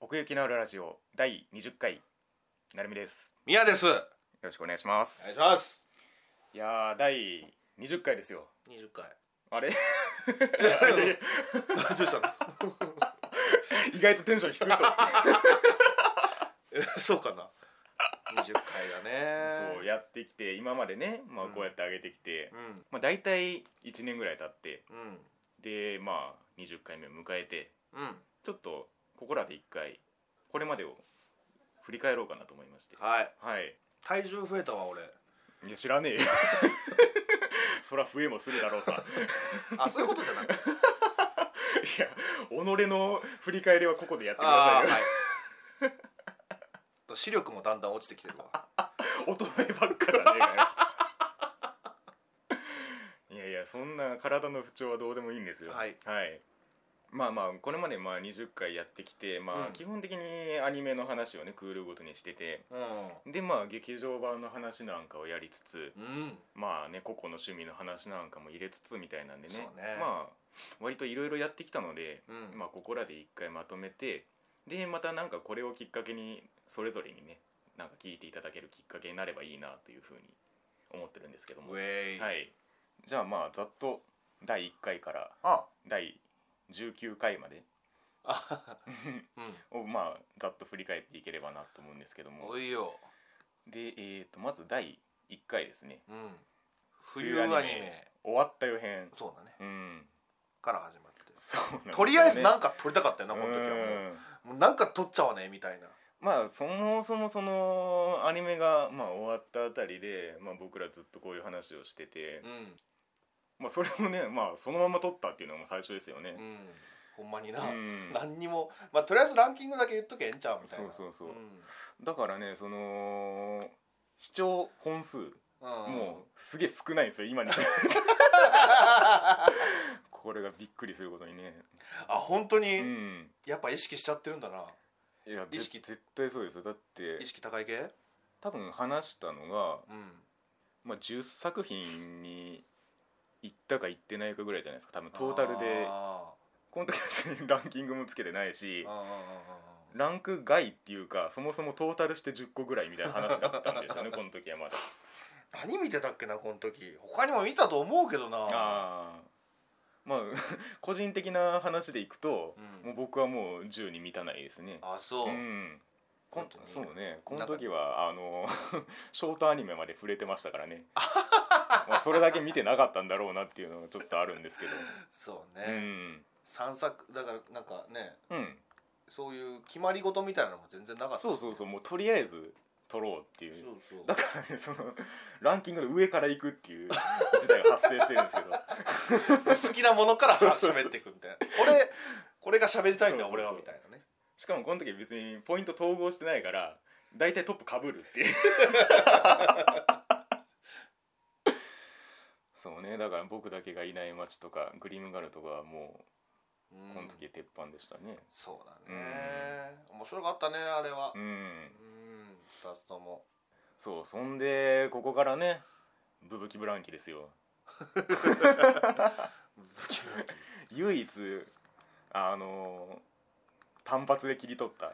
奥行きのあるラジオ第20回なるみです宮です。およろしくお願いします願いします。いやー第20回ですよ二十回。あれどうしたの？ 意外とテンション低 いとえ そうかな。二十回だね。そうやってきて今までね、まあ、うんこうやって上げてきて、うんまあ、大体1年ぐらい経ってうんでまあ20回目を迎えてうん。ちょっとここらで一回これまでを振り返ろうかなと思いましてはい。はい体重増えたわ俺。いや知らねえよ そら増えもするだろうさあそういうこと じゃなくて。いや己の振り返りはここでやってくだあさあはい。視力もだんだん落ちてきてるわ。いよ衰えばっかじゃねえかよ いやいやそんな体の不調はどうでもいいんですよはい、まあまあこれまでまあ20回やってきて、まうあ、ん基本的にアニメの話をねクールごとにしててうでまあ劇場版の話なんかをやりつつん。うん。まあね個々の趣味の話なんかも入れつつみたいなんでねそうねまあ割といろいろやってきたので、うんまあ、ここらで一回まとめてでまたなんかこれをきっかけにそれぞれにねなんか聞いていただけるきっかけになればいいなというふうに思ってるんですけども、ウはェイ。い、じゃあまあざっと第1回からあ第19回まであ。うん。をまあざっと振り返っていければなと思うんですけどもおいよ。で、えー、とまず第1回ですねうん。冬アニメ終わった予編そうだね。うんから始まって。そうなんですよねとりあえずなんか撮りたかったよなこの時はもうんう。もうなんか撮っちゃわねみたいな。まあそもそもそのアニメがまあ終わったあたりで、まあ、僕らずっとこういう話をしてて、うん。まあ、それもね、まあ、そのまま撮ったっていうのが最初ですよねう。ん、ほんまにな、うん何にも、まあ、とりあえずランキングだけ言っとけええんちゃうみたいなそうそうそうんだからねその視聴本数うんもうすげえ少ないんですよ 今にこれがびっくりすることにね。あ本当に、うんやっぱ意識しちゃってるんだないや意識ぜ絶対そうですよだって意識高い系多分話したのが、うんまあ、10作品に行ったか行ってないかぐらいじゃないですか多分トータルであこの時別にランキングもつけてないしーうんうんうんうんランク外っていうかそもそもトータルして10個ぐらいみたいな話だったんですよ ねこの時はまだ何見てたっけなこの時他にも見たと思うけどなあーまあ 個人的な話でいくと、うんもう僕はもう10に満たないですねあそう、んこん本当にそうねこの時はあの ショートアニメまで触れてましたからねまあそれだけ見てなかったんだろうなっていうのがちょっとあるんですけどそううね、ん散策だからなんかねうんそういう決まり事みたいなのも全然なかったそうそうそうもうとりあえず撮ろうっていうそうそう だからねそのランキングの上から行くっていう事態が発生してるんですけど好きなものから喋っていくみたいなこれこれが喋りたいんだそうそうそう俺はみたいなねしかもこの時別にポイント統合してないから大体トップかぶるっていう そうねだから僕だけがいない街とかグリムガルとかはもうこうのん時鉄板でしたねそうだね、面白かったねあれはうん、うん2つ ともそうそんでここからねブブキブランキですよ唯一あの単発で切り取った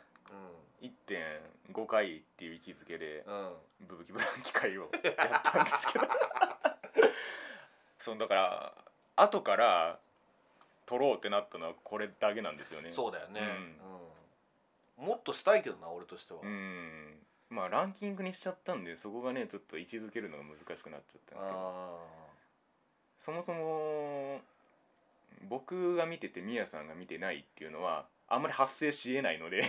1.5回っていう位置づけでうんうんブブキブランキ会をやったんですけどそのだから後から撮ろうってなったのはこれだけなんですよねそうだよね、うんもっとしたいけどな俺としては、うんまあランキングにしちゃったんでそこがねちょっと位置づけるのが難しくなっちゃったんですけどあそもそも僕が見ててミヤさんが見てないっていうのはあんまり発生しえないの で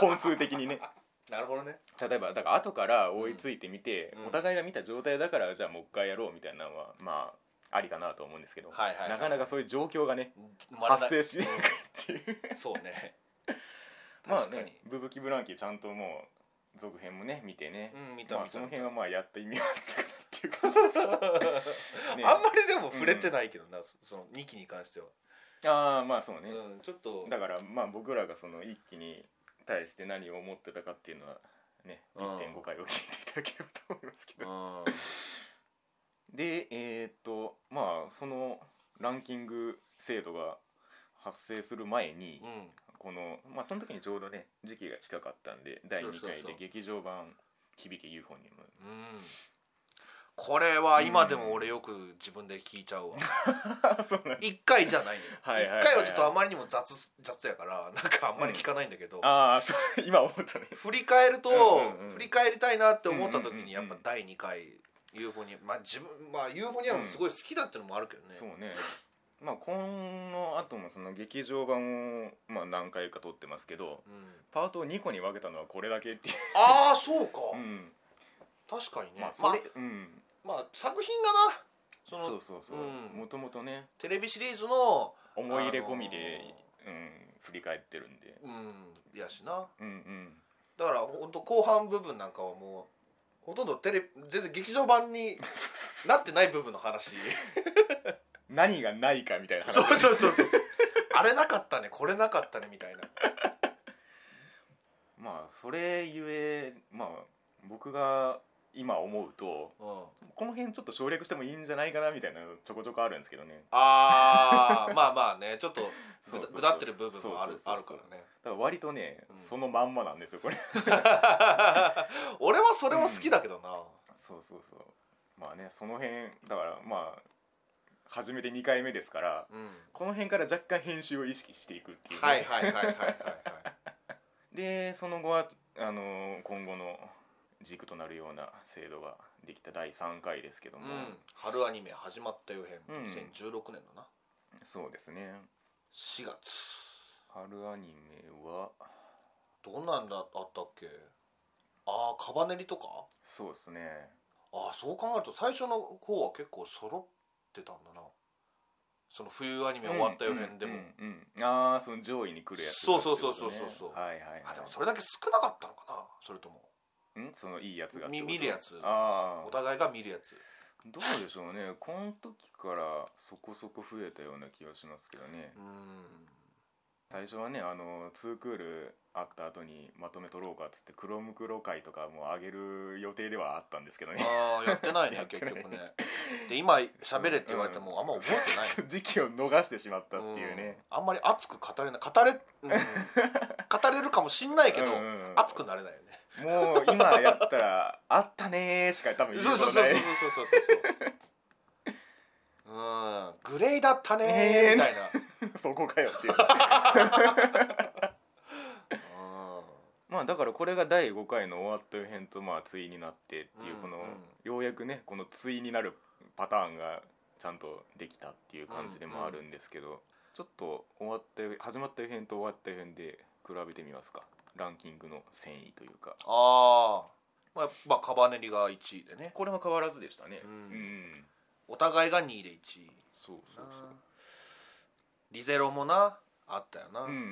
本数的にねーなるほどね例えばだから後から追いついてみて、うんお互いが見た状態だからじゃあもう一回やろうみたいなのはまあありかなと思うんですけど、はいはいはいなかなかそういう状況がね生まれな発い生しにくいっていう うんそうねまあ確かねに「ブブキブランキ」ちゃんともう続編もね見てね、うん見またあ、見そたの見た、辺はまあやった意味はあったかなっていう感 じですねあんまりでも触れてないけどな、そその2期に関しては、ああまあそうね、うん、ちょっとだからまあ僕らがその一気に対して何を思ってたかっていうのはねうん1.5回を聞いていただければと思いますけどうんでえーっとまあそのランキング制度が発生する前にうんここの、まあ、その時にちょうどね時期が近かったんで第2そうそう回そうで劇場版「響けユーフォニウ ムうんこれは今でも俺よく自分で聞いちゃうわ」そうなん一回じゃないのよ 一はいはいはいはい回はちょっとあまりにも雑雑やからなんかあんまり聞かないんだけど、ああそう今思ったね振り返ると、うんうんうん振り返りたいなって思った時にうんやうんっうんうんぱ第2回 UFO にまあ自分まあ UFO にはすごい好きだってのもあるけどね、そうねまあこの後もその劇場版を、まあ、何回か撮ってますけどうんパートを2個に分けたのはこれだけっていう、ああそうか、うん確かにね、まあまそあれ、うんまあ作品がなそのそうそうそううんもともとねテレビシリーズの思い入れ込みであのー、うん、振り返ってるんでうんやしなうんうん だから本当後半部分なんかはもうほとんどテレ全然劇場版になってない部分の 話何がないかみたいな話そうそうそうそうあれなかったねこれなかったねみたいなまあそれゆえまあ僕が今思うとうんこの辺ちょっと省略してもいいんじゃないかなみたいなのちょこちょこあるんですけどねあーまあまあねちょっとそうそうそうぐだってる部分もあるそうそうそうそうあるからねだから割とね、うんそのまんまなんですよこれ 俺はそれも好きだけどな、そうそうそうまあねその辺だからまあ初めて2回目ですからうんこの辺から若干編集を意識していくっていうね、はいはいはいはいはい はいでその後はあの今後の軸となるような制度ができた第3回ですけども、うん春アニメ始まったよ編、うん2016年だなそうですね4月春アニメはどんなんだったっけああカバネリとかそうですねああそう考えると最初の方は結構揃ってたんだなその冬アニメ終わったよ編でも、うんうんうんああその上位に来るやつがってことね、そうそうそうそうそうそうはいはい、はい、あでもそれだけ少なかったのかなそれともんそのいいやつがみ見るやつあおあ互いが見るやつどうでしょうねこの時からそこそこ増えたような気がしますけどねうーん 最初はねあの2クールあった後にまとめ取ろうかっつって「クロムクロ会」とかも上げる予定ではあったんですけどねああやってないやねって結ない局ねで今喋れって言われてもあんま覚えてない 時期を逃してしまったっていうね、うんあんまり熱く語れない語れ、うん語れるかもしんないけど、うんうんうん熱くなれないよねもう今やったら「あったね」しか多分言うそうこそうとそうそうなそいうそうそうそううんグレイだったねねーーみたいな、 そこかよっていうまあだからこれが第5回の終わった予編とまあ対になってっていううんこの、うんようやくねこの対になるパターンがちゃんとできたっていう感じでもあるんですけど、ちょっと終わった予始まった予編と終わった予編で比べてみますかランキングの繊維というかあー、まあ、まあカバネリが1位でねこれは変わらずでしたねううんん、お互いが2位で1位そうそうそリゼロもなあったよな、ううんうんう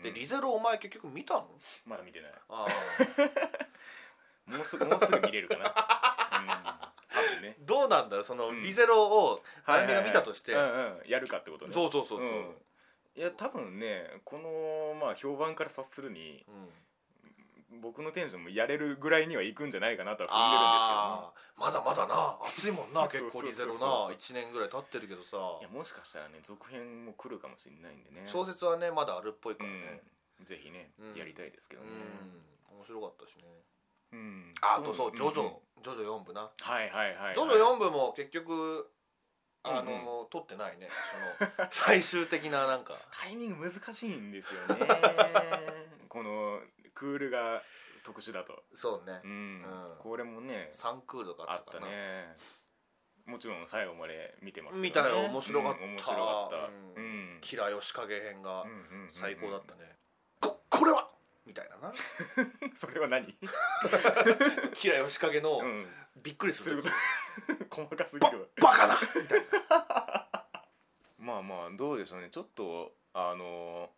んでリゼロお前結局見たのまだ見てないああもうすもうすぐ見れるかなうん多 分ねどうなんだろうその、うんリゼロをアニメが見たとして、はいはいはいうんうん、やるかってことねそうそうそうそう、うん、いや多分ねこのまあ評判から察するにうん僕のテンションもやれるぐらいにはいくんじゃないかなとはあ踏ーまだまだな熱いもんなそうそう結そう構そうリゼロな1年ぐらい経ってるけどさんでるんですけどねいやもしかしたらね続編も来るかもしれないんでね小説はねまだあるっぽいからねうん、ぜひね、うんやりたいですけどうねん、面白かったしねうんあとそう「ジョジんんョ」「ジョジョ4部」なはいはいはい、は「い、ジョジョ4部」も結局うんうんあの、撮ってないねその 最終的ななんかタイミング難しいんですよ ねこのクールが特殊だと、そうねうんうんこれもね3クールとかああっったかたなねもちろん最後まで見てます見たよ面白かったうん面白かったううんん、キラヨシカゲ編がうんうんうんうん最高だったね、ここれはみたいなな それは 何キラヨシカゲのうんびっくりすそういうること 細かすぎバるわバカなみたいなまあまあどうでしょうねちょっとあの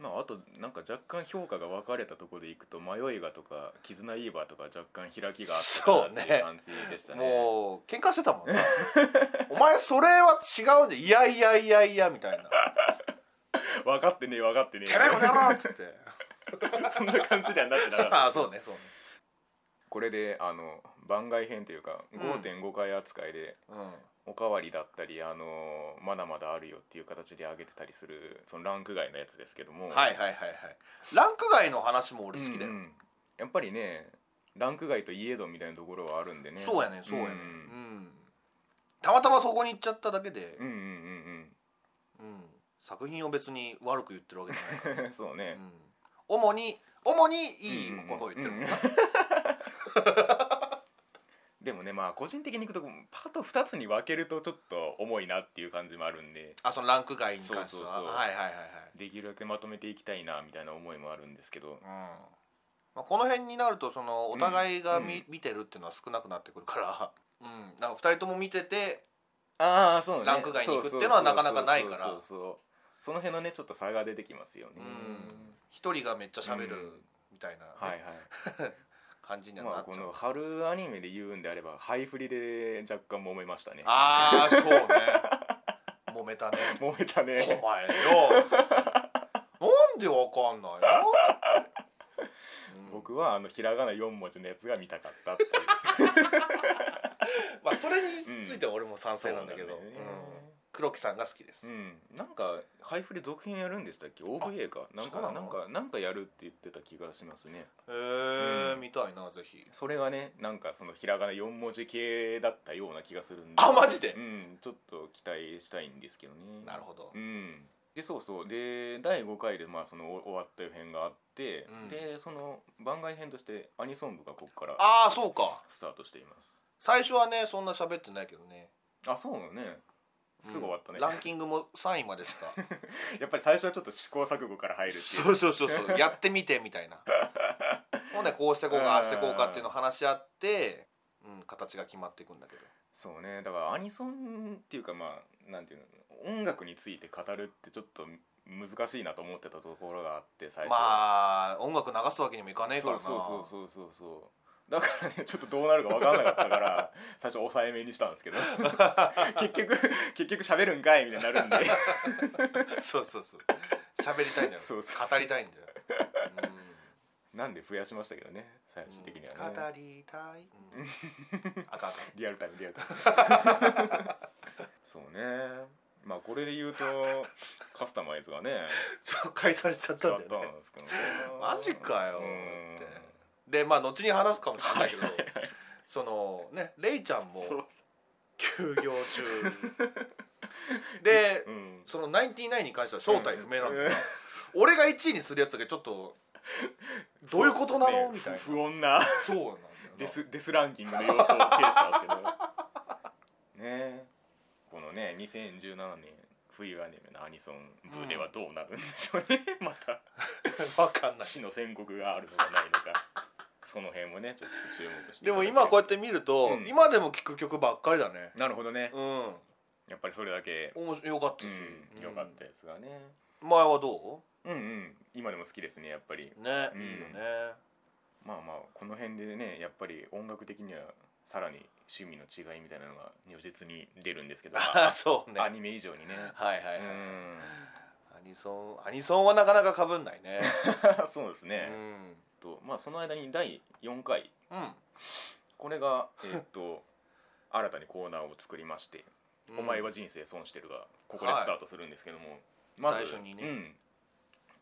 ーまああとなんか若干評価が分かれたところでいくと「迷いが」とか「絆イーバー」とか若干開きがあったそうなねっていう感じでしたねもう喧嘩してたもんなお前それは違うんでいやいやいやいやみたいな「分かってねえ分かってねてめえこの野郎!」っつって そんな感じにはなってなかった ああそうねそうねこれであの番外編というか5.5回扱いでうんおかわりだったり、あのまだまだあるよっていう形で上げてたりするそのランク外のやつですけども、はいはいはいはいランク外の話も俺好きだよ、うんうんやっぱりねランク外といえどみたいなところはあるんでねそうやねそうやうねうんん、たまたまそこに行っちゃっただけで、うん、うんうんうん作品を別に悪く言ってるわけじゃない かうんそうねら、うん、主に主にいいうんうんことを言ってるもんな、でもねまあ個人的にいくとパート2つに分けるとちょっと重いなっていう感じもあるんであそのランク外に関してはそうそうそうはいはいはいはい、できるだけまとめていきたいなみたいな思いもあるんですけどうんまあ、この辺になるとそのお互いがう見,、ん見てるっていうのは少なくなってくるから、うん、なんか2人とも見ててああそうねランク外に行くっていうのはなかなかないからそうそうそうそうその辺のねちょっと差が出てきますよねうん一人がめっちゃ喋るうんみたいなね、はいはい感じにはまなあっちこゃう、の春アニメで言うんであればハイフリで若干揉めましたねああそうね揉めたね揉めたねお前よなんでわかんないの、うん僕はあのひらがな4文字のやつが見たかったっていうまあそれについては俺も賛成なんだけど、そううんね黒木さんが好きです、うん、なんか配布で続編やるんでしたっけ OVA かなんそうかななのんかなんかやるって言ってた気がしますねへえ、うん見たいなぜひそれがねなんかそのひらがな4文字系だったような気がするんであマジでうんちょっと期待したいんですけどねなるほどうんでそうそうで第5回でまあそのお終わった編があって、うんでその番外編としてアニソン部がここからああそうかスタートしています最初はねそんな喋ってないけどねあそうよねすぐ終わったね、うんランキングも3位までしかやっぱり最初はちょっと試行錯誤から入るっていうそうそうそうそうやってみてみたいなもうねこうしてこううんかああしてこうかっていうのを話し合って、うん、形が決まっていくんだけどそうねだからアニソンっていうかまあなんていうの音楽について語るってちょっと難しいなと思ってたところがあって最初まあ音楽流すわけにもいかねえからなそうそうそうそうそうそうだからねちょっとどうなるか分かんなかったから 最初抑えめにしたんですけ ど結局結局喋るんかいみたいになるんで そうそうそう喋りたいんだよそうそうそう語りたいんだよ、 なんで増やしましたけどね最うん終的にはね、語りたい、うん、あかんあかんリアルタイムリアルタイム そうねまあこれで言うとカスタマイズがねそう解散しちゃっただんっだたよんねですけどねマジかようんってでまあ後に話すかもしれないけど、そのねレイちゃんもそう休業中 で、うんそのナインティナインに関しては正体不明なんだよ、うん俺が1位にするやつだけちょっとどういうことなの、ねみたいな不穏なそうなんだよなデスデスランキングの様相を呈したんですけ どねえこのね2017年冬アニメのアニソン部ではどうなるんでしょうね、 またわかんない死の宣告があるのかないのかその辺もねちょっと注目していただけでもれば今こうやって見ると、うん今でも聴く曲ばっかりだねなるほどね、うんやっぱりそれだけ、面白よかったし、うん、よかったやつがねうん前はどうんうん今でも好きですねやっぱりうね、 うんいいよねまあまあこの辺でねやっぱり音楽的にはさらに趣味の違いみたいなのが如実に出るんですけど、まああ そうねアはいニメ以上にねはいはい、うんアニソンアニソンはなかなかかぶんないね そうですうね、んとまあその間に第4回うん、これ がえーっと新たにコーナーを作りまして「お前は人生損してる」がここでスタートするんですけども、まず最初にねうん、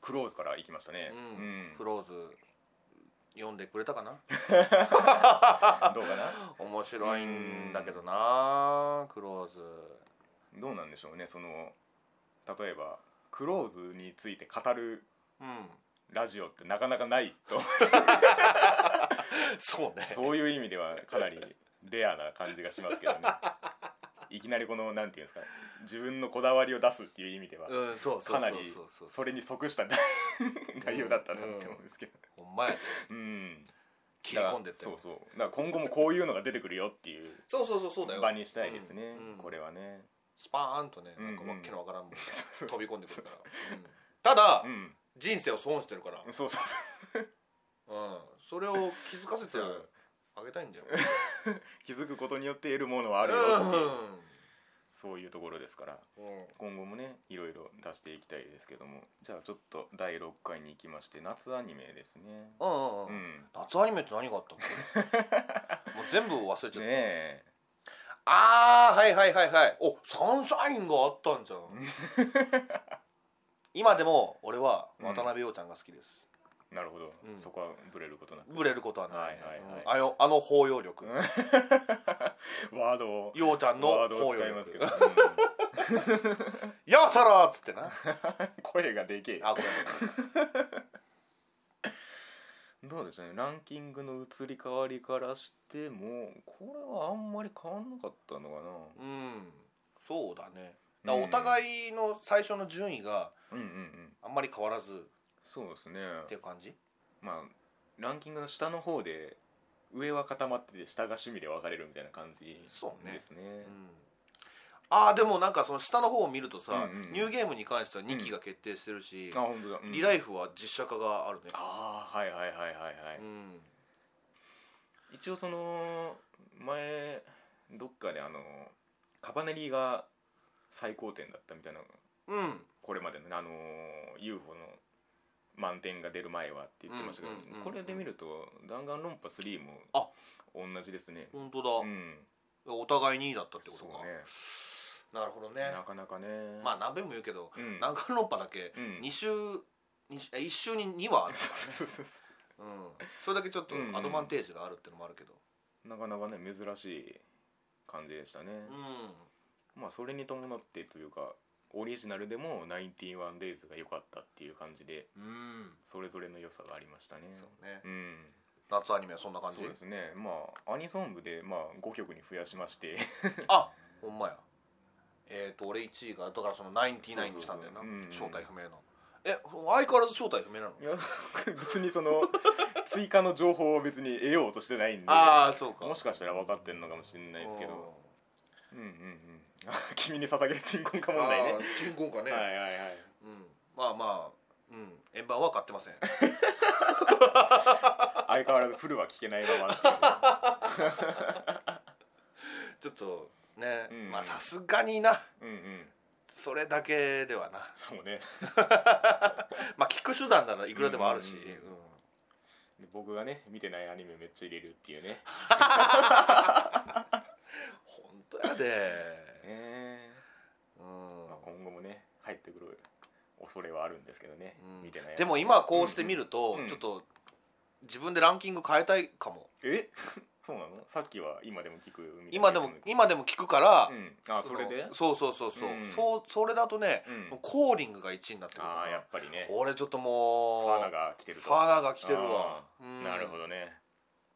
クローズからいきましたね、ううんんフローズ読んでくれ たかなどうかな面白いんだけどなクローズどうなんでしょうねその例えばクローズについて語るうんラジオってなかなかないとそうねそういう意味ではかなりレアな感じがしますけどねいきなりこのなんていうんですか自分のこだわりを出すっていう意味では、うんそうそうそかうなりそうそうそれに即した 内容だったなって思うんですけど、ほんまやうん切り込んでっだてからそうそうそうだから今後もこういうのが出てくるよっていうそうそうそうだよ場にしたいですね、うんうんこれはねスパーンとねなんかうんうんわっけのわか らんもんがそう飛び込んでくるから、うんただ、うん人生を損してるから、そうそううん、それを気づかせてそうあげたいんだよ、気づくことによって得るものはあるよっていう、そういうところですからうんうん、今後もねいろいろ出していきたいですけどもじゃあちょっと第6回に行きまして夏アニメですねうんうんうん 夏アニメって何があったっけもう全部忘れちゃった、ねえああはいはいはいはいおサンシャインがあったんじゃ ん今でも俺は渡辺陽ちゃんが好きです、なるほど、うんそこはブレることなくブレることはない,、ねはいはいはいうんあよあの包容力ワードを陽ちゃんのワードを包容使います力け ど、うん「やあサラ!」っつってな声がでけえあごめんどうですねランキングの移り変わりからしてもこれはあんまり変わんなかったのかごめんうんそうだねだなからおい、互いの最初の順位がうん、うんうんうんあんまり変わらずっそうですねていう感じまあランキングの下の方で上は固まってて下が趣味で分かれるみたいな感じそうねですねうんあーでもなんかその下の方を見るとさ、うんうんニューゲームに関しては2期が決定してるし、あ本当だ、うんリライフは実写化があるねああはいはいはいはいはい、うん一応その前どっかであのカバネリが最高点だったみたいなうんこれまでのねあの UFO の満点が出る前はって言ってましたけど、うんうんうんうんこれで見ると弾丸論破3もあ同じですね本当だ、うんお互い2位だったってこそとかうねなるほどねなかなかねまあ何べんも言うけど、うん南韓論破だけうん2週、二週え1週に2話あ る、そうそうそうん、それだけちょっとうんうんアドバンテージがあるってのもあるけどうなかなかね珍しい感じでしたね、うん、まあそれに伴ってというかオリジナルでも 91days が良かったっていう感じでうん、それぞれの良さがありましたねそうねうん夏アニメはそんな感じそうですねまあアニソン部でまあ5曲に増やしましてあほんまやえっ、と俺1位がだからその99にしたんだそうそうよなそううん正体不明のえ相変わらず正体不明なのい や別にそ の追加の情報を別に得ようとしてないんでああそうかもしかしたら分かってるのかもしれないですけどうんうんうん あ君に捧げる鎮魂かうん問題ねあー人口かね、はいはいはいうん、まあまあうん円盤は買って ません 相変わらずフルは聞けないままっていうねちょっとね、うんまあさすがにな うんうんそれだけではなそうねまあ聞く手段ならいくらでもあるし、うんうんうんうんで僕がね見てないアニメめっちゃ入れるっていうね本当やで、え うまあ、ん今後もね入ってくる恐れはあるんですけどね、うん見てないでも今こうして見ると、うんうんちょっと自分でランキング変えたいかもえ そうなのさっきは今でも聞くみたいな今でも今でも聞くから、うんあそのれでそうそうそうそう、うんそうそれだとね、うんもうコーリングが1位になってるああやっかぱりねら俺ちょっともうファナが来てるとファナが来てるわあ、ーうんなるほどね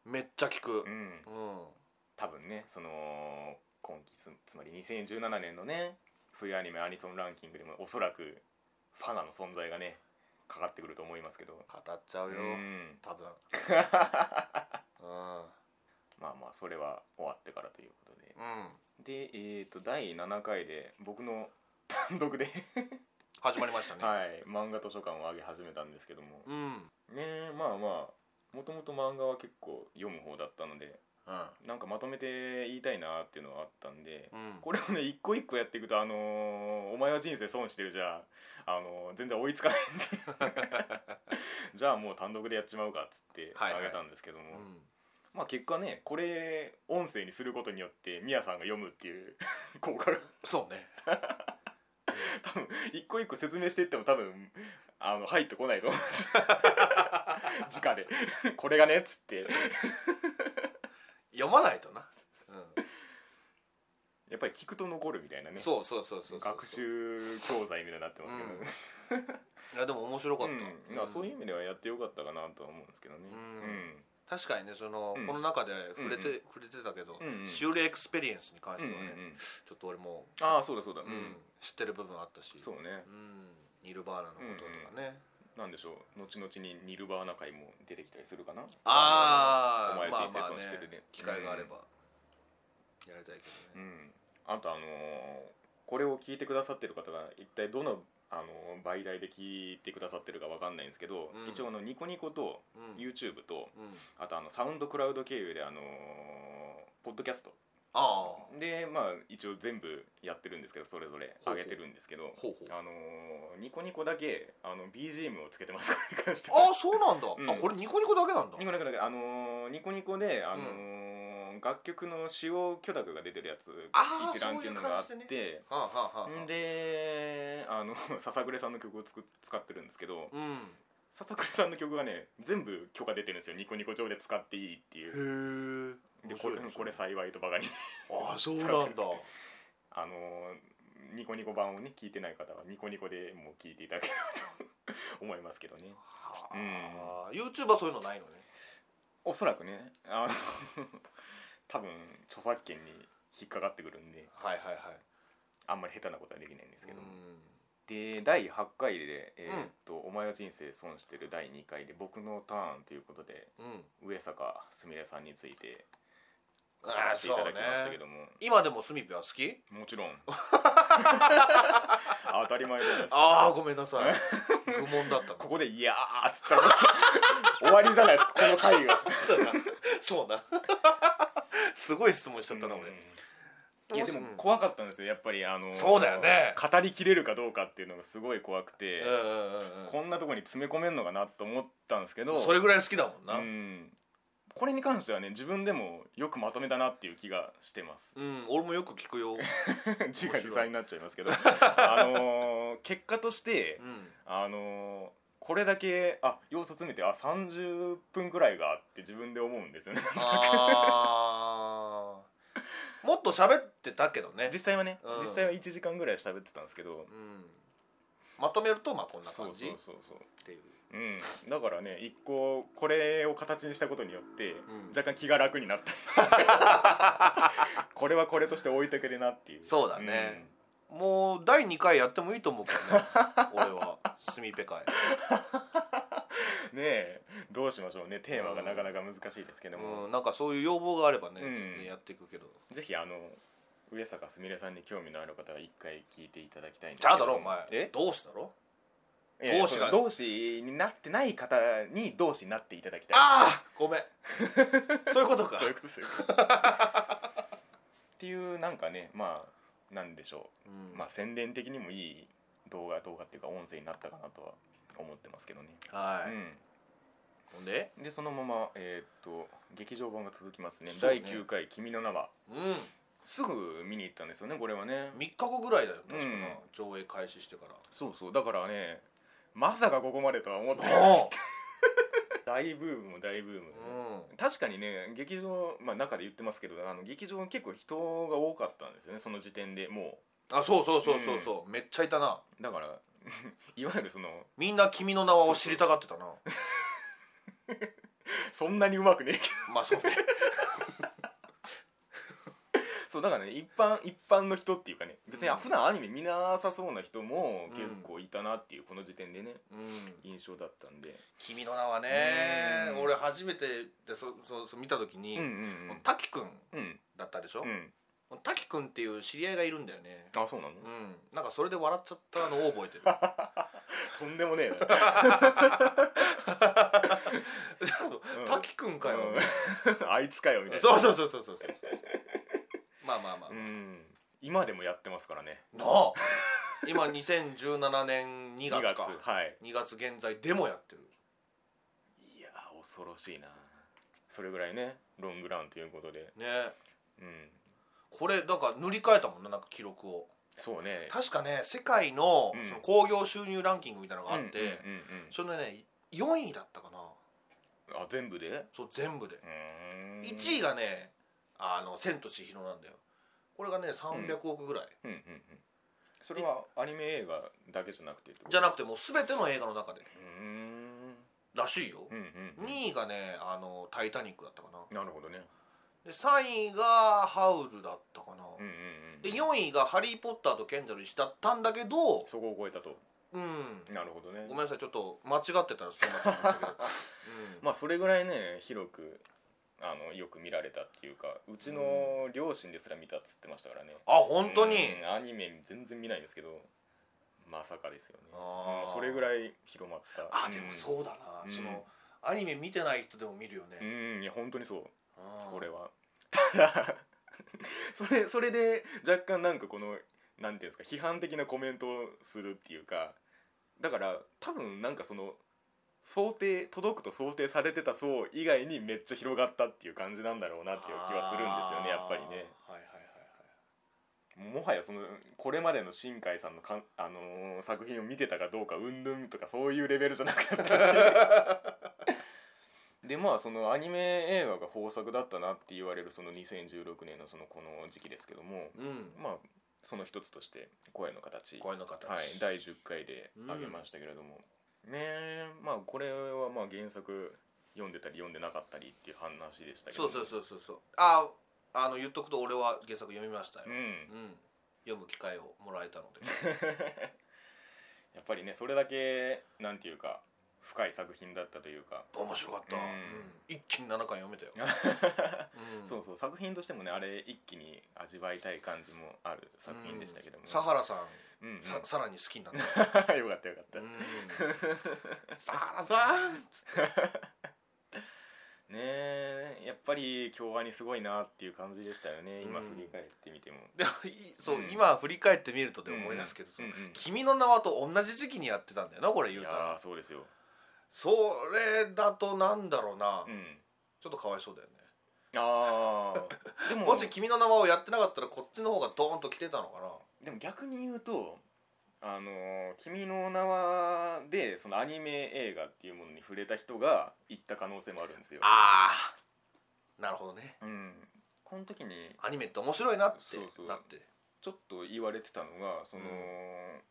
めっちゃ聞くう、んうん多分ねその今期つつまり2017年のね冬アニメアニソンランキングでもおそらくファナの存在がねかかってくると思いますけど語っちゃううよ、ん多 分まあまあそれは終わってからということでうん、うん、でえっ、と第7回で僕の単独で始まりましたね、はい漫画図書館を上げ始めたんですけどもうん、うん、ねえまあまあもともと漫画は結構読む方だったのでなんかまとめて言いたいなっていうのはあったんでうん、これをね一個一個やっていくとあのーお前は人生損してるじゃんあのー全然追いつかないんで じゃあもう単独でやっちまうかっつってはいはいあげたんですけども、うんまあ結果ねこれ音声にすることによってミヤさんが読むっていう 効果がそうね多分一個一個説明していっても多分あの入ってこないと思います 直でこれがねっつって読まないとな、やっぱり聞くと残るみたいなうねん、そうそうそうそうそう学習教材みたいになってますけど、うん いやでも面白かった、うんだからそういう意味ではやってよかったかなとは思うんですけどねう確かにねその、うんこの中で触れて、うんう触れてたけど、うんうん修理エクスペリエンスに関しうんてうんはうね、んちょっと俺も、ああそうだそうだううんん知ってる部分あったしそうねうん、ニルバーナのこととかね、なんでしょう後々にニルバーナ会も出てきたりするかなああお前まあ人生まあ損ねしてるね機会があればやりたいけどうね、んあとあのーこれを聞いてくださってる方が一体どのあのー媒体で聞いてくださってるかわかんないんですけど、うん一応あのニコニコとうん YouTube とうんあとあのサウンドクラウド経由であのーポッドキャストああでまあ一応全部やってるんですけどそれぞれほうほう上げてるんですけどほうほうあのーニコニコだけあの BGM をつけてますこれに関してはああそうなんだ、うんあこれニコニコだけなんだニコニコだけあのーニコニコであのーの楽曲の使用許諾が出てるやつあー一覧っていうのがあっそういう感じてはあはあはあんであの笹暮さんの曲をつく使ってるんですけどう笹暮さんの曲がね全部許可出てるんですよニコニコ上で使っていいっていうんへえでこれこれ幸いとばかりにああそうなん使ってだあのニコニコ版をね聞いてない方はニコニコでもう聞いていただければと 思いますけどねはあ YouTube はそういうのないのねおそらくねあの 多分著作権に引っかかってくるんではいはいはいあんまり下手なことはできないんですけど、うんで第8回で、えーっとお前は人生損してる」第2回で「僕のターン」ということでうん上坂すみれさんについて語あらあせていそたうだきましたけねども、今でもスミピは好きも ちろん当たり前じゃないですかああごめんなさい 愚問だったこここで「いやー」っつったら 終わりじゃないですかこの回が。そうな そう なすごい質問しちゃったな俺うんいやでも怖かったんですよやっぱりあのそうだよね語りきれるかどうかっていうのがすごい怖くて、うんうんうんこんなとこに詰め込めんのかなと思ったんですけうどんそれぐらい好きだもんなうん、これに関してはね自分でもよくまとめたなっていう気がしてます うん俺もよく聞く よ自画自賛になっちゃいますけどあのー結果としてうんあのーこれだけあ要素詰めてあ30分くらいがって自分で思うんですよねあーもっと喋ってたけどね実際はね、うん実際は1時間ぐらい喋ってたんですけどうんまとめるとまあこんなそう感そじうっそうそうていううん、だからね一個これを形にしたことによって、ん若干気が楽に なったこれはこれとして置いてくれなっていうそうだねもう第2回やってもいいと思うから ね俺はスミペ会うんねえどうしましょうねテーマがなかなか難しいですけども、うんなんかそういう要望があればねうん全然やっていくけどぜひあの上坂すみれさんに興味のある方は一回聞いていただきたいんですじゃあだろお前え同志だろいやいや同志がその同志になってない方に同志になっていただきたいああ ごめんそういうことかそういうことそういうことっていうなんかねまあなんでしょうんう、まあ、宣伝的にもいい動画動画っていうか音声になったかなとは思ってますけどね、はい、ほんでうん、でそのままえーっと劇場版が続きますねそうね第9回「君の名はうん」すぐ見に行ったんですよねこれはね3日後ぐらいだよ確かな、うん上映開始してからそうそうだからねまさかここまでとは思ってないあ大ブームも大ブーム、あ確かにね劇場、まあ、中で言ってますけどあの劇場結構人が多かったんですよねその時点でもうんあそうそうそうそうそう、めっちゃいたなうだから いわゆるそのみんな君の名はを知りたがってたなそんなにうまくねえけど まあそうねそうだからね一般一般の人っていうかね別にうん普段アニメ見なさそうな人もうん結構いたなっていうこの時点でねうん印象だったんで、君の名はねうん俺初めてでそそそ見た時に、うん、うんうん滝くんうんだったでしょ、うん滝くんっていう知り合いがいるんだよねあそうなのうんなんかそれで笑っちゃったのを覚えてるとんでもねえな うん滝くんかよ、うん あいつかよみたいな そうそうそうそうそうそうまあまあまあ、うん今でもやってますからねなあ今2017年2 2月かはい2月現在でもやってるいやー恐ろしいなそれぐらいねロングランということでねうんこれなんか塗り替えたもんななんか記録をそうね確かね世界のうんその興行収入ランキングみたいなのがあって、うんうんうんうんそのね4位だったかなあ全部でうそう全部で、ーん1位がねあの「千と千尋」なんだよこれがね300億ぐらい、うんうんうんそれはアニメ映画だけじゃなくてじゃななくてもう全ての映画の中でうーんらしいよ、うんうんうん2位がね「あのタイタニック」だったかななるほどねで3位が「ハウル」だったかな、うんうんうんで4位が「ハリー・ポッターと賢者の石」だったんだけどそこを超えたとうんなるほどねごめんなさいちょっと間違ってたらすいませんでした けど、まあそれぐらいね広くあのよく見られたっていうかうちの両親ですら見たっつってましたからねあ本当に、うんアニメ全然見ないんですけどまさかですよねあーうんそれぐらい広まったあでもうそうだな、うんそのアニメ見てない人でも見るよん、ね、うん、いや本当にそううんこれはただ それそれで若干なんかこのなんていうんですか批判的なコメントをするっていうかだから多分なんかその想定届くと想定されてた層以外にめっちゃ広がったっていう感じなんだろうなっていう気はするんですよねやっぱりね。あーはいはいはいもはやそのこれまでの新海さんのかん、あのー作品を見てたかどうかうんぬんとかそういうレベルじゃなかったっていうでまあそのアニメ映画が豊作だったなって言われるその2016年のそのこの時期ですけどもはいうんまあその一つとして声の形声の形はい、第10回であげましたけれども、ねえまあこれはまあ原作読んでたり読んでなかったりっていう話でしたけどそうもそうそうそうそうあああの言っとくと俺は原作読みましたよ、ううんん読む機会をもらえたのでやっぱりねそれだけなんていうか深い作品だったというか、面白かった、うんうん一気に7巻読めたよ、うんそうそう作品としてもねあれ一気に味わいたい感じもある作品でしたけども、うん、サハラさん、うんうんささらに好きになっ た、よかったよかった、うんね、 サハラさんえやっぱり京アニすごいなっていう感じでしたよね今うん振り返ってみても、でもいそう、うん今振り返ってみるとで思い出すけど、そのうんうん君の名は」と同じ時期にやってたんだよなこれ言いうやたらーそうですよ、それだとなんだろうな、うん、ちょっとかわいそうだよね、あーでももし「君の名は」をやってなかったらこっちの方がドーンと来てたのかなでも逆に言うと「あのー君の名は」でそのアニメ映画っていうものに触れた人が行った可能性もあるんですよ。ああなるほどねうん、この時にアニメって面白いなってそうそうなってちょっと言われてたのが「その、う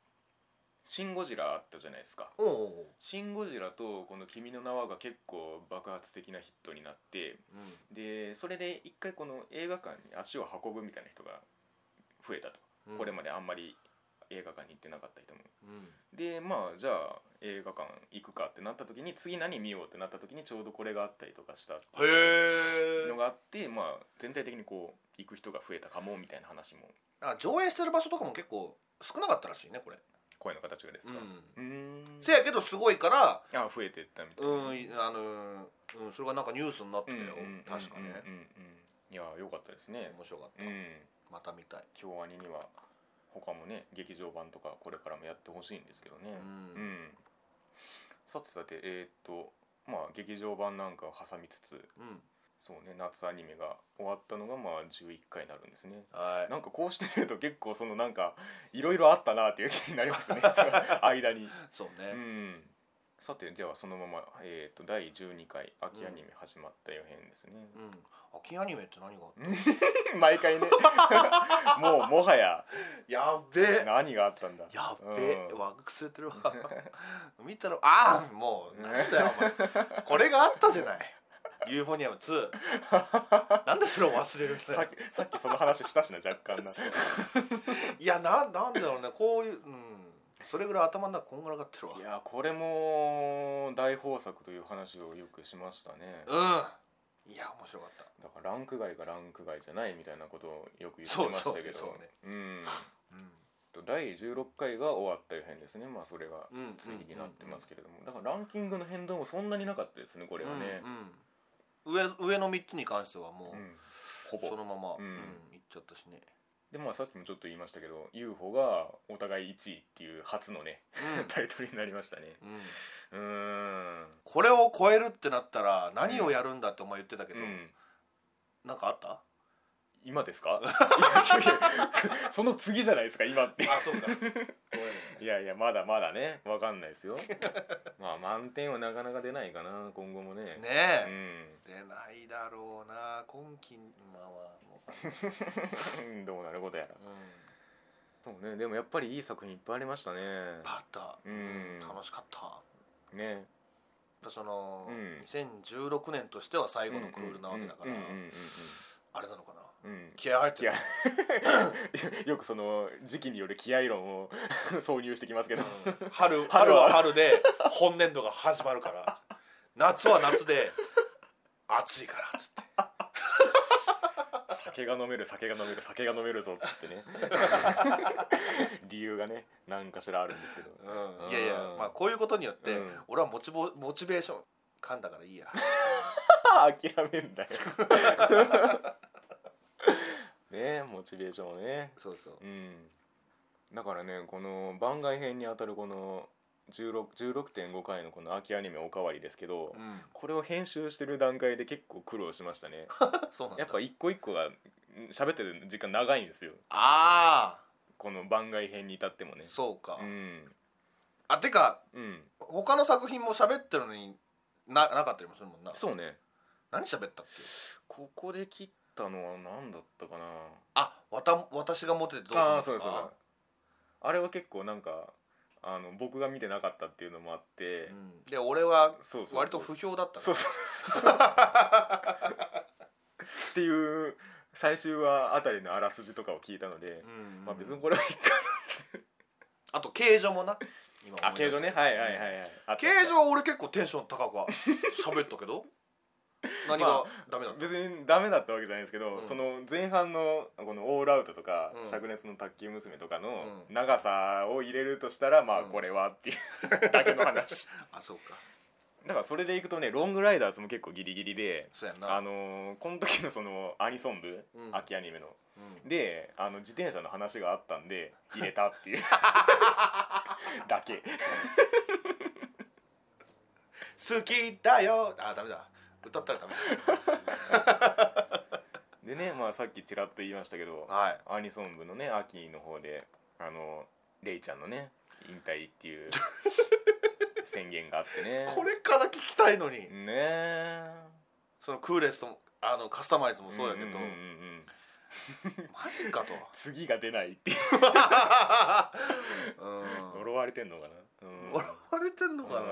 シン・ゴジラ」あったじゃないですか。おうおうおうシン・ゴジラとこの「君の名は」が結構爆発的なヒットになってうんでそれで一回この映画館に足を運ぶみたいな人が増えたと、うんこれまであんまり映画館に行ってなかった人もうんでまあじゃあ映画館行くかってなった時に次何見ようってなった時にちょうどこれがあったりとかしたっていうへのえがあってまあ全体的にこう行く人が増えたかもみたいな話も上映してる場所とかも結構少なかったらしいねこれ声の形がですうか、んうーんせやけどすごいからあ増えてったみたいなうんあのうんそれがなんかニュースになってうんたうんうんようんうん確かねうんうんいや良かったですね面白かっうたんまた見たい京アニには他もね劇場版とかこれからもやってほしいんですけどねうんさてさてえーっとまあ劇場版なんかを挟みつつうんそうね夏アニメが終わったのがまあ11回になるんですねはいなんかこうしてみると結構そのなんかいろいろあったなっていう気になり ますね間にそううねんさてではそのまま、えー、と第12回秋アニメ始まった予編ですね、 うん秋アニメって何があった毎回ね もうもはややっべえ何があったんだやっべえうんわくすれてるわ 見たらああもうなんだよ お前これがあったじゃないユーフォニアム2なんでそれを忘れるんださっよきさっきその話したしな若干ないやななんだろうねこういううんそれぐらい頭の中こんがらがってるわいやこれも大豊作という話をよくしましたねうんいや面白かっただからランク外がランク外じゃないみたいなことをよく言ってましたけどそうそうねうんうんと第16回が終わった予編ですねまあそれがうんついになってますけれども、だからランキングの変動もそんなになかったですねこれはね、うんうん上上の3つに関してはもうんうほぼそのまま、ううんんいっちゃったしね、でまあさっきもちょっと言いましたけど UFO がお互い1位っていう初のね タイトルになりましたねうんうーんこれを超えるってなったら何をやるんだってお前言ってたけうど、んなんかあった今です かいやいやいやその次じゃないですか今ってあ そうかいやいやまだまだねわかんない ですよまあ満点はなかなか出ないかな今後もねねうえ、ん出ないだろうな今期まあまあもう、うん どうなることやらうん、そうねでもやっぱりいい作品いっぱいありましたねバター、うん楽しかったやっねぱその、うん2016年としては最後のクールなわけだから、うんうんうんあれなのかなうんうんうん気合入って気る合 よくその時期による気合論を 挿入してきますけど、うん 春春春はは春で本年度が始まるから夏は夏で暑いからっつって酒が飲める酒が飲める酒が飲めるぞっつ ってね理由がね何かしらあるん ですけどうんいやいやまあこういうことによってうん俺はモチボモチベーション噛んだからいいや諦めんだよ ねえモチベーションをねそうそううんだからねこの番外編にあたるこの16 16.5回のこの秋アニメおかわりですけど、うん、これを編集してる段階で結構苦労しましたねそうなんだやっぱ一個一個がん喋ってる時間長いんですよあこの番外編に至ってもねあそうか、うんあてかうん他の作品も喋ってるのにななかったりもするもんなそうね何喋ったっけここで切ったのは何だったかなあわた私がモテてどうするあんあでそうすだそうだかあれは結構なんかあの僕が見てなかったっていうのもあって、うんで俺はそうそうそう割と不評だったかそうらそうそうっていう最終話あたりのあらすじとかを聞いたので、うんまあ別にこれはいいかあと形状もな今あ思形い出した状ねはいはいはいはいあった形状は俺結構テンション高くは喋った けど何がダメだった、別にダメだったわけじゃないですけど、うんその前半のこの「オールアウト」とかう「ん灼熱の卓球娘」とかのう長さを入れるとしたらまあうんこれはっていうだけの話 あそうかだからそれでいくとねロングライダーズも結構ギリギリでそうやんなあのーこの時のそのアニソン部、うん秋アニメのうんであの自転車の話があったん で入れたっていう だけ好きだよあダメだ歌ったらダメでねまあさっきちらっと言いましたけどだはいアニソン部のね秋の方であのレイちゃんのね引退って いう宣言があってねこれから聞きたいのに、ねえそのクーレスともあのカスタマイズもそうやけど、んんんうんマジかと次が出ないっていううん呪われてんのかなうん笑われてんのかな、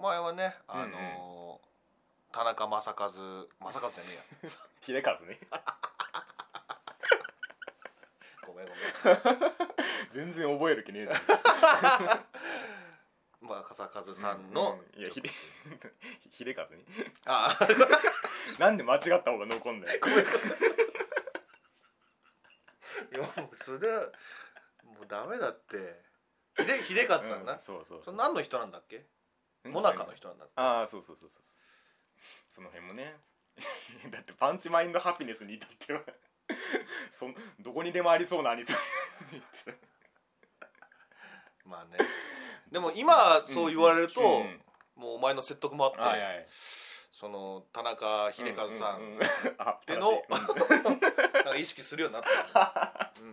前はねあのー田中正和正和じゃねえや秀和 ねごめんごめん全然覚える気ねえじゃんまあ笠和さんの、うんいやひ でひでかずねあなんで間違った方が残んないいやもうそれはもうダメだってで秀和さんな、うんそうそうそそうれ何の人なんだっけモナカの人なんだっけああそうそうそうそうそうその辺もね だってパンチマインドハピネスに至っては そんどこにでもありそうなアニソンまあねでも今 そう言われると、うんうんもうお前の説得もあって、はいはいその田中秀和さん、うううあての正しい なんか意識するようになった、 うんうん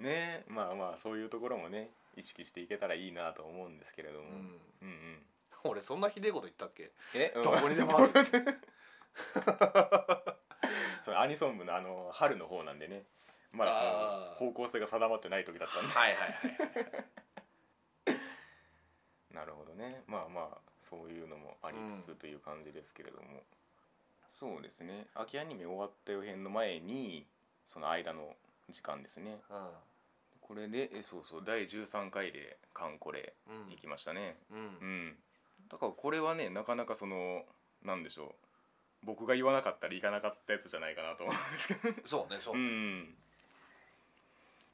ねまあまあそういうところもね意識していけたらいいなと思うんですけれども、ううんんうん俺そんなひでえこと言ったっけえうんどこにでもある そのアニソン部のあの春の方なんでねまだあーその方向性が定まってない時だったんではいはいはいなるほどねまあまあそういうのもありつつという感じですけれども、そうですね秋アニメ終わった予編の前にその間の時間ですねこれでえそうそう第13回で「カンコレうん」行きましたねうん、うん、だからこれはねなかなかそのなんでしょう僕が言わなかったら行かなかったやつじゃないかな と思うんですけどそうねそう、うん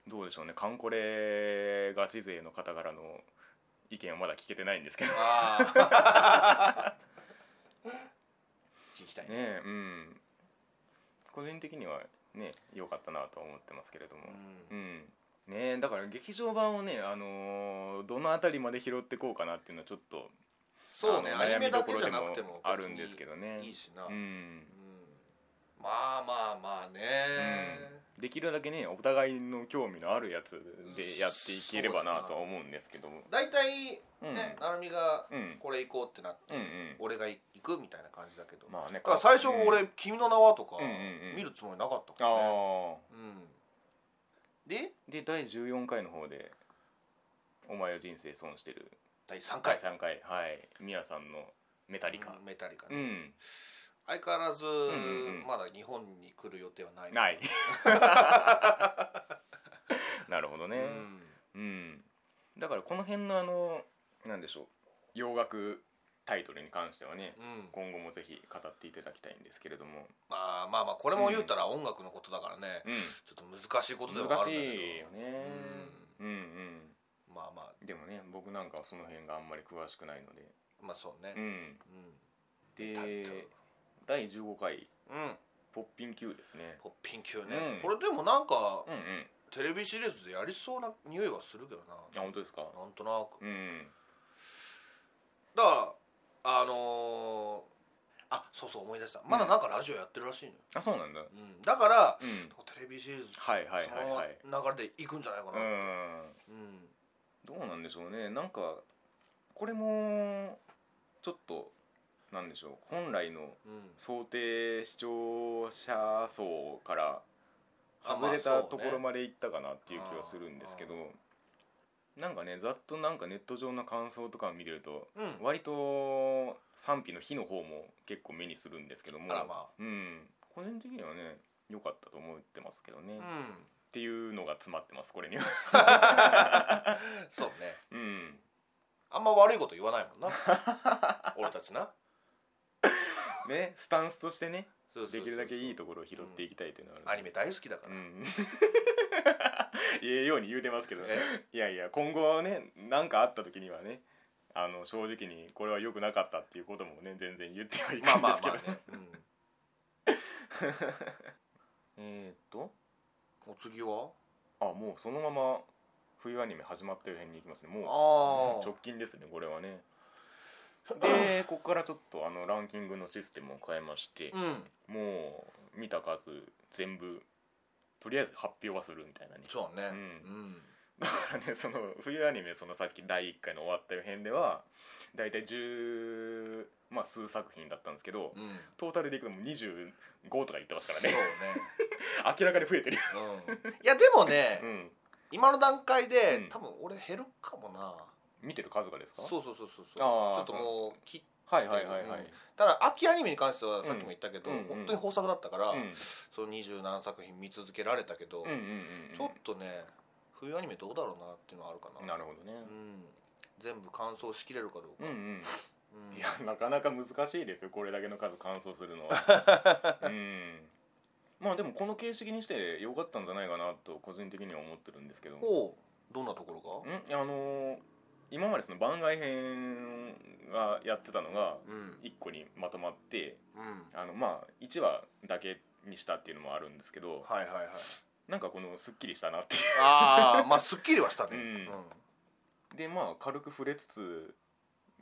どうでしょうねカンコレガチ勢の方からの意見はまだ聞けてないんですけどああ 聞きたいねねえうん個人的にはね良かったなとは思ってますけれどもう、うんん、ねえだから劇場版をね、あのーどの辺りまで拾ってこうかなっていうのはちょっとそうねあのアニメだけじ悩ゃみどなこくろでてもあるんですけどねいいしな、ううんん、まあまあまあね、できるだけねお互いの興味のあるやつでやっていければなとは思うんですけども大体うん、ね、ななみがうんこれ行こうってなって、うんうん俺が行くみたいな感じだけど、まあねだから最初俺う「ん君の名は」とかうんうんうん見るつもりなかったからね、あうん、でーで第14回の方で「お前は人生損してる第3」第回3回はいミヤさんの「メタリカうんメタリカ」うね、ん相変わらず、んうんうんまだ日本に来る予定はないない なるほどね、うんうん、だからこの辺のあのなんでしょう洋楽タイトルに関してはねうん今後もぜひ語っていただきたいんですけれども、まあまあまあこれも言うたら音楽のことだからね、うちょっと難しいことでん、はあ難るしんだいけどよね、うん、うんうんまあまでもね僕なんかはその辺があんまり詳しくないので、あまあそううね、ん、うんで第15回うん「ポッピン Q」ですねポッピン級うね、んこれでもなんかうんうんテレビシリーズでやりそうな匂いはするけどなあ本当ですかなんとなくうんだからあのーあそうそう思い出したまだなんかラジオやってるらしいのよ、あそうなんだうんだから、うんテレビシリーズはいはいはいはいその流れでいくんじゃないかな、うんうんどうなんでしょうねなんかこれもちょっとなんでしょう本来のうん想定視聴者層からあ外れまあたそうとねころまで行ったかなっていう気はするんですけど、なんかねざっとなんかネット上の感想とかを見てるとうん割と賛否の火の方も結構目にするんですけどもあらまあうん、個人的にはね良かったと思ってますけどね、うっんていうのが詰まってますこれ にはそうねうんあんま悪いこと言わないもんな俺たちなねスタンスとしてねそうそうそうそでうきるだけいいところを拾っていきたいというのはあアるニメ大好きだから、うん 言えように言うてますけどえいやいや今後はね何かあった時にはねあの正直にこれは良くなかったっていうこともね全然言ってはいまかんあでまあすけまど、あ ね、うん、えーっとお次はあもうそのまま冬アニメ始まったよ辺に行きますねもうあー直近ですねこれはねでここからちょっとあのランキングのシステムを変えましてうんもう見た数全部とりあえず発表はするみたいなねそうねううん だからねその冬アニメそのさっき第1回の終わったよ編では大体10まあ数作品だったんですけど、うん、トータルでいくともう25とか言ってますそかうらね明らかに増えてるよ、ね、うん、いやでも ね、うん、今の段階で、うん多分俺減るかもな見てる数がですかそうそうそうそうそうちあょーっともう切っはいはいはいはい、うんただ秋アニメに関してはさっきも言ったけど、うんうん本当に豊作だったから、うんその二十何作品見続けられたけど、うんうんうんうんちょっとね冬アニメどうだろうなっていうのはあるかななるほどねうん、全部完走しきれるかどうか、うんうんうんいやなかなか難しいですよこれだけの数完走するのはうんまあでもこの形式にして良かったんじゃないかなと個人的には思ってるんですけどほうどんなところがんあのー今までその番外編がやってたのがうん1個にまとまってうんあのまあ1話だけにしたっていうのもあるんですけどはいはいはいなんかこのすっきりしたなっていああまあすっきりはしたねうんうでまあ軽く触れつつ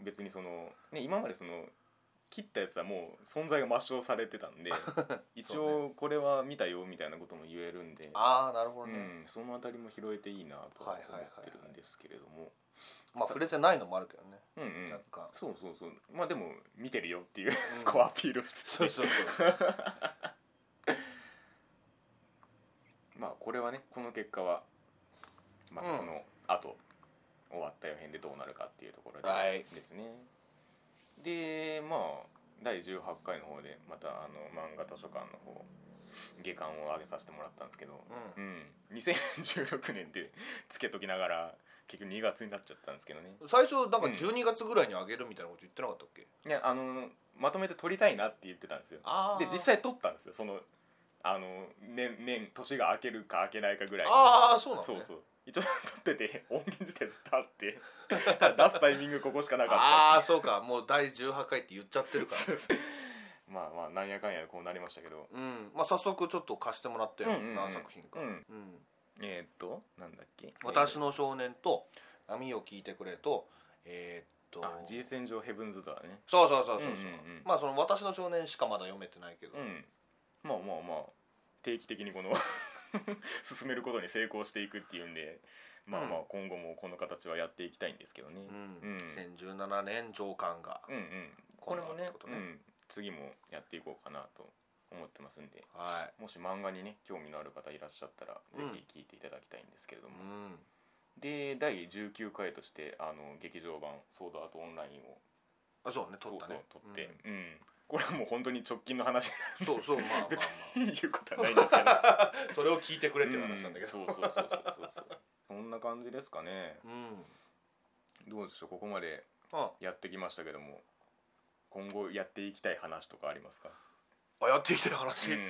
別にその、ね、今までその切ったやつはもう存在が抹消されてたん で一応これは見たよみたいなことも言えるんでああなるほどうね、ん、そのあたりも拾えていいなとははいはいはいはい思ってるんですけれども、まあ触れてないのもあるけどね、うんうん、若干そうそうそうまあでも見てるよっていううん こうアピールをしつつそうそうそうまあこれはねこの結果はまたうんこの後終わった予編でどうなるかっていうところではいですね、でまあ第18回の方でまたあの漫画図書館の方下巻を上げさせてもらったんですけど、ううんん、2016年でつけときながら結局2月になっちゃったんですけどね最初なんか12月ぐらいにあげるみたいなこと言ってなかったっけ、いやあのまとめて撮りたいなって言ってたんですよああで実際撮ったんですよそのあの年年年が明けるか明けないかぐらいにああそうなの、ね、そうそう一応撮ってて音源自体ずっとあって ただ出すタイミングここしかなかったああそうかもう第18回って言っちゃってる からまあまあなんやかんやこうなりましたけどうんまあ早速ちょっと貸してもらって、うんうんうん何作品か、うんうんえー、っとなんだっけ私の少年と波を聞いてくれとええーっーとあ G 戦場ヘブンズドアねそうそうそうそうそうんう、うんうんまあその私の少年しかまだ読めてないけど、うんまあまあまあ定期的にこの 進めることに成功していくっていうんでまあまあうん今後もこの形はやっていきたいんですけどね、うんうん2017年上巻が、うんうん、ここれれももねねうん、次もやっていこうかなと思ってますんではいもし漫画にね興味のある方いらっしゃったらうんぜひ聞いていただきたいんですけれどうも、んで第19回としてあの劇場版「ソードアートオンライン」をあそうね取ったねそうそう撮って、うんこれはもう本当に直近の話うんそうそうまあ まあ、まいうことはないんですけ どあ、それを聞いてくれっていう話なんだけどうんそうそうそうそうそうそうそんな感じですかねうん、どうでしょうここまであやってきましたけども今後やっていきたい話とかありますか、あやっていきたい話、 ううーん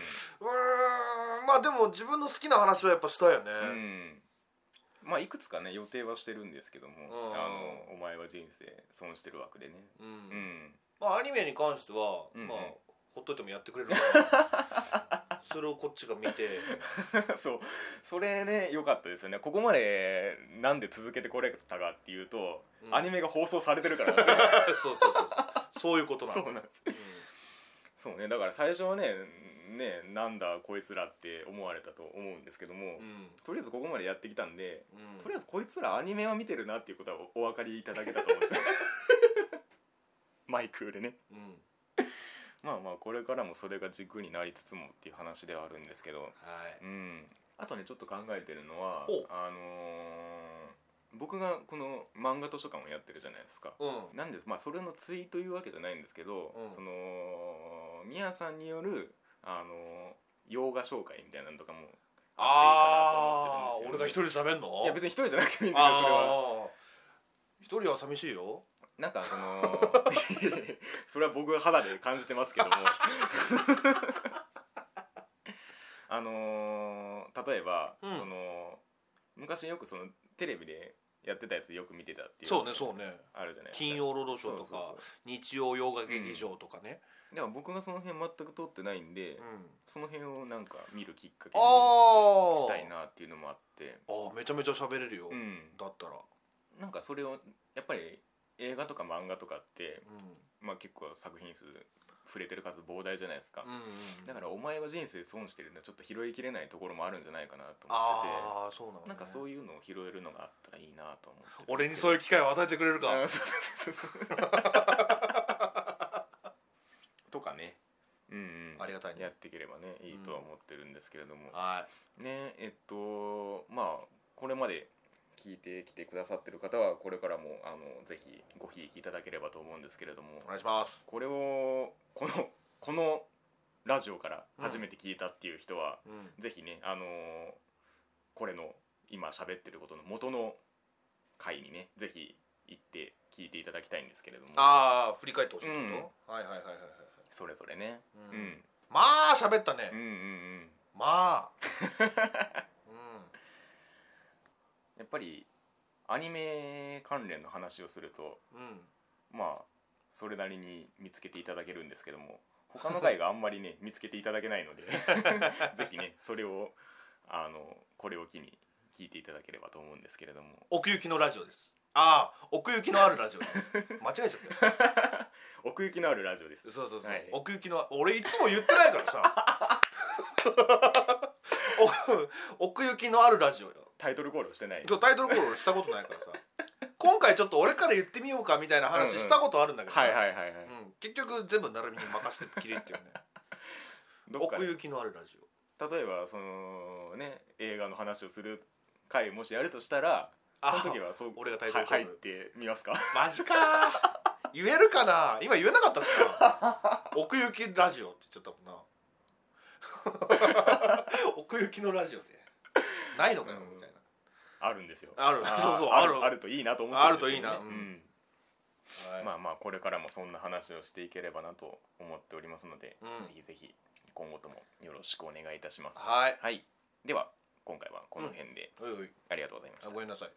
ん、まあでも自分の好きな話はやっぱしたいよね、うんまあいくつかね予定はしてるんですけども「んあのお前は人生損してる枠」でねうんうん まあアニメに関しては、うんうん まあほっといてもやってくれるからそれをこっちが見てそうそれね良かったですよねここまでなんで続けてこれたかっていうと、うんアニメが放送されてるから そうそうそうそういうことなそのうなんですうんそうねだから最初はねねなんだこいつらって思われたと思うんですけども、うんとりあえずここまでやってきたんでうんとりあえずこいつらアニメは見てるなっていうことはおお分かりいただけたと思うん ですマイクーでねうんまあまあこれからもそれが軸になりつつもっていう話ではあるんですけどはいうんあとねちょっと考えてるのはほうあのー僕がこの漫画図書館をやってるじゃないですかうんなんですまあそれのツイートいうわけじゃないんですけど、うんそのみやさんによるあの洋画紹介みたいなのとかもあああっていいかなと思ってるんですよねー俺が一人で喋んのいや別に一人じゃなくてもいいんですけどそれはああ一人は寂しいよなんかその それは僕が肌で感じてますけども あのー例えば、うんその昔よくそのテレビでやってたやつよく見てたっていうそうねそうねあるじゃないですか金曜ロードショーとそうそうか日曜洋画劇場とかねそうだから僕がその辺全く通ってないんで、うんその辺をなんか見るきっかけにああしたいなっていうのもあってあーめちゃめちゃ喋れるようんだったらなんかそれをやっぱり映画とか漫画とかって、うまあ、結構作品数触れてる数膨大じゃないですか、んうんだからお前は人生損してるんだちょっと拾いきれないところもあるんじゃないかなと思ってああそうなのてねなんかそういうのを拾えるのがあったらいいなと思って俺にそういういう機会を与えてくれるかかそうそうそうそう とかねうん、うん、ありがたいねやっていければねいいとは思ってるんですけれども、はねえっとまあこれまで聞いてきてくださってる方はこれからもあのぜひごひいきいただければと思うんですけれどもいお願いしますこれをこのこのラジオから初めて聞いたっていう人は、うんぜひねあのーこれの今喋ってることの元の回にねぜひ行って聞いていただきたいんですけれどもああ振り返ってほしいってことはいはいはいはいはいそれぞれね、ううんんまあ喋ったうん、うんねうん まあうんやっぱりアニメ関連の話をするとうん、まあそれなりに見つけていただけるんですけども他の回があんまり ね見つけていただけないのでぜひねそれをあのこれを機に聞いていただければと思うんですけれども奥行きのラジオですああ奥行きのあるラジオです間違えちゃったよ奥行きのあるラジオですそうそうそう、はい奥行きの俺いつも言ってな いからさお奥行きのあるラジオよタイトルコールをしてないちょタイトルコール俺したことないからさ今回ちょっと俺から言ってみようかみたいな話したことあるんだけどね、はいはいはいはい、うん、結局全部並びに任せてきれっていうねどっか奥で行きのあるラジオ例えばそのね映画の話をする回もしやるとしたらあその時はそう俺がタイトルコーはル入ってみますかマジかー言えるかな今言えなかったしな奥行きラジオって言っちゃったもんな 奥行きのラジオでないのかようんみたいあるんですよなあるーそうそうああるるあるといいなと思ってるんですけどねあるといいなうんうんはいまあまあこれからもそんな話をしていければなと思っておりますので、うんぜひぜひ今後ともよろしくお願いいたします。はいはい、では今回はこの辺でおいおいありがとうございましたあ。ごめんなさい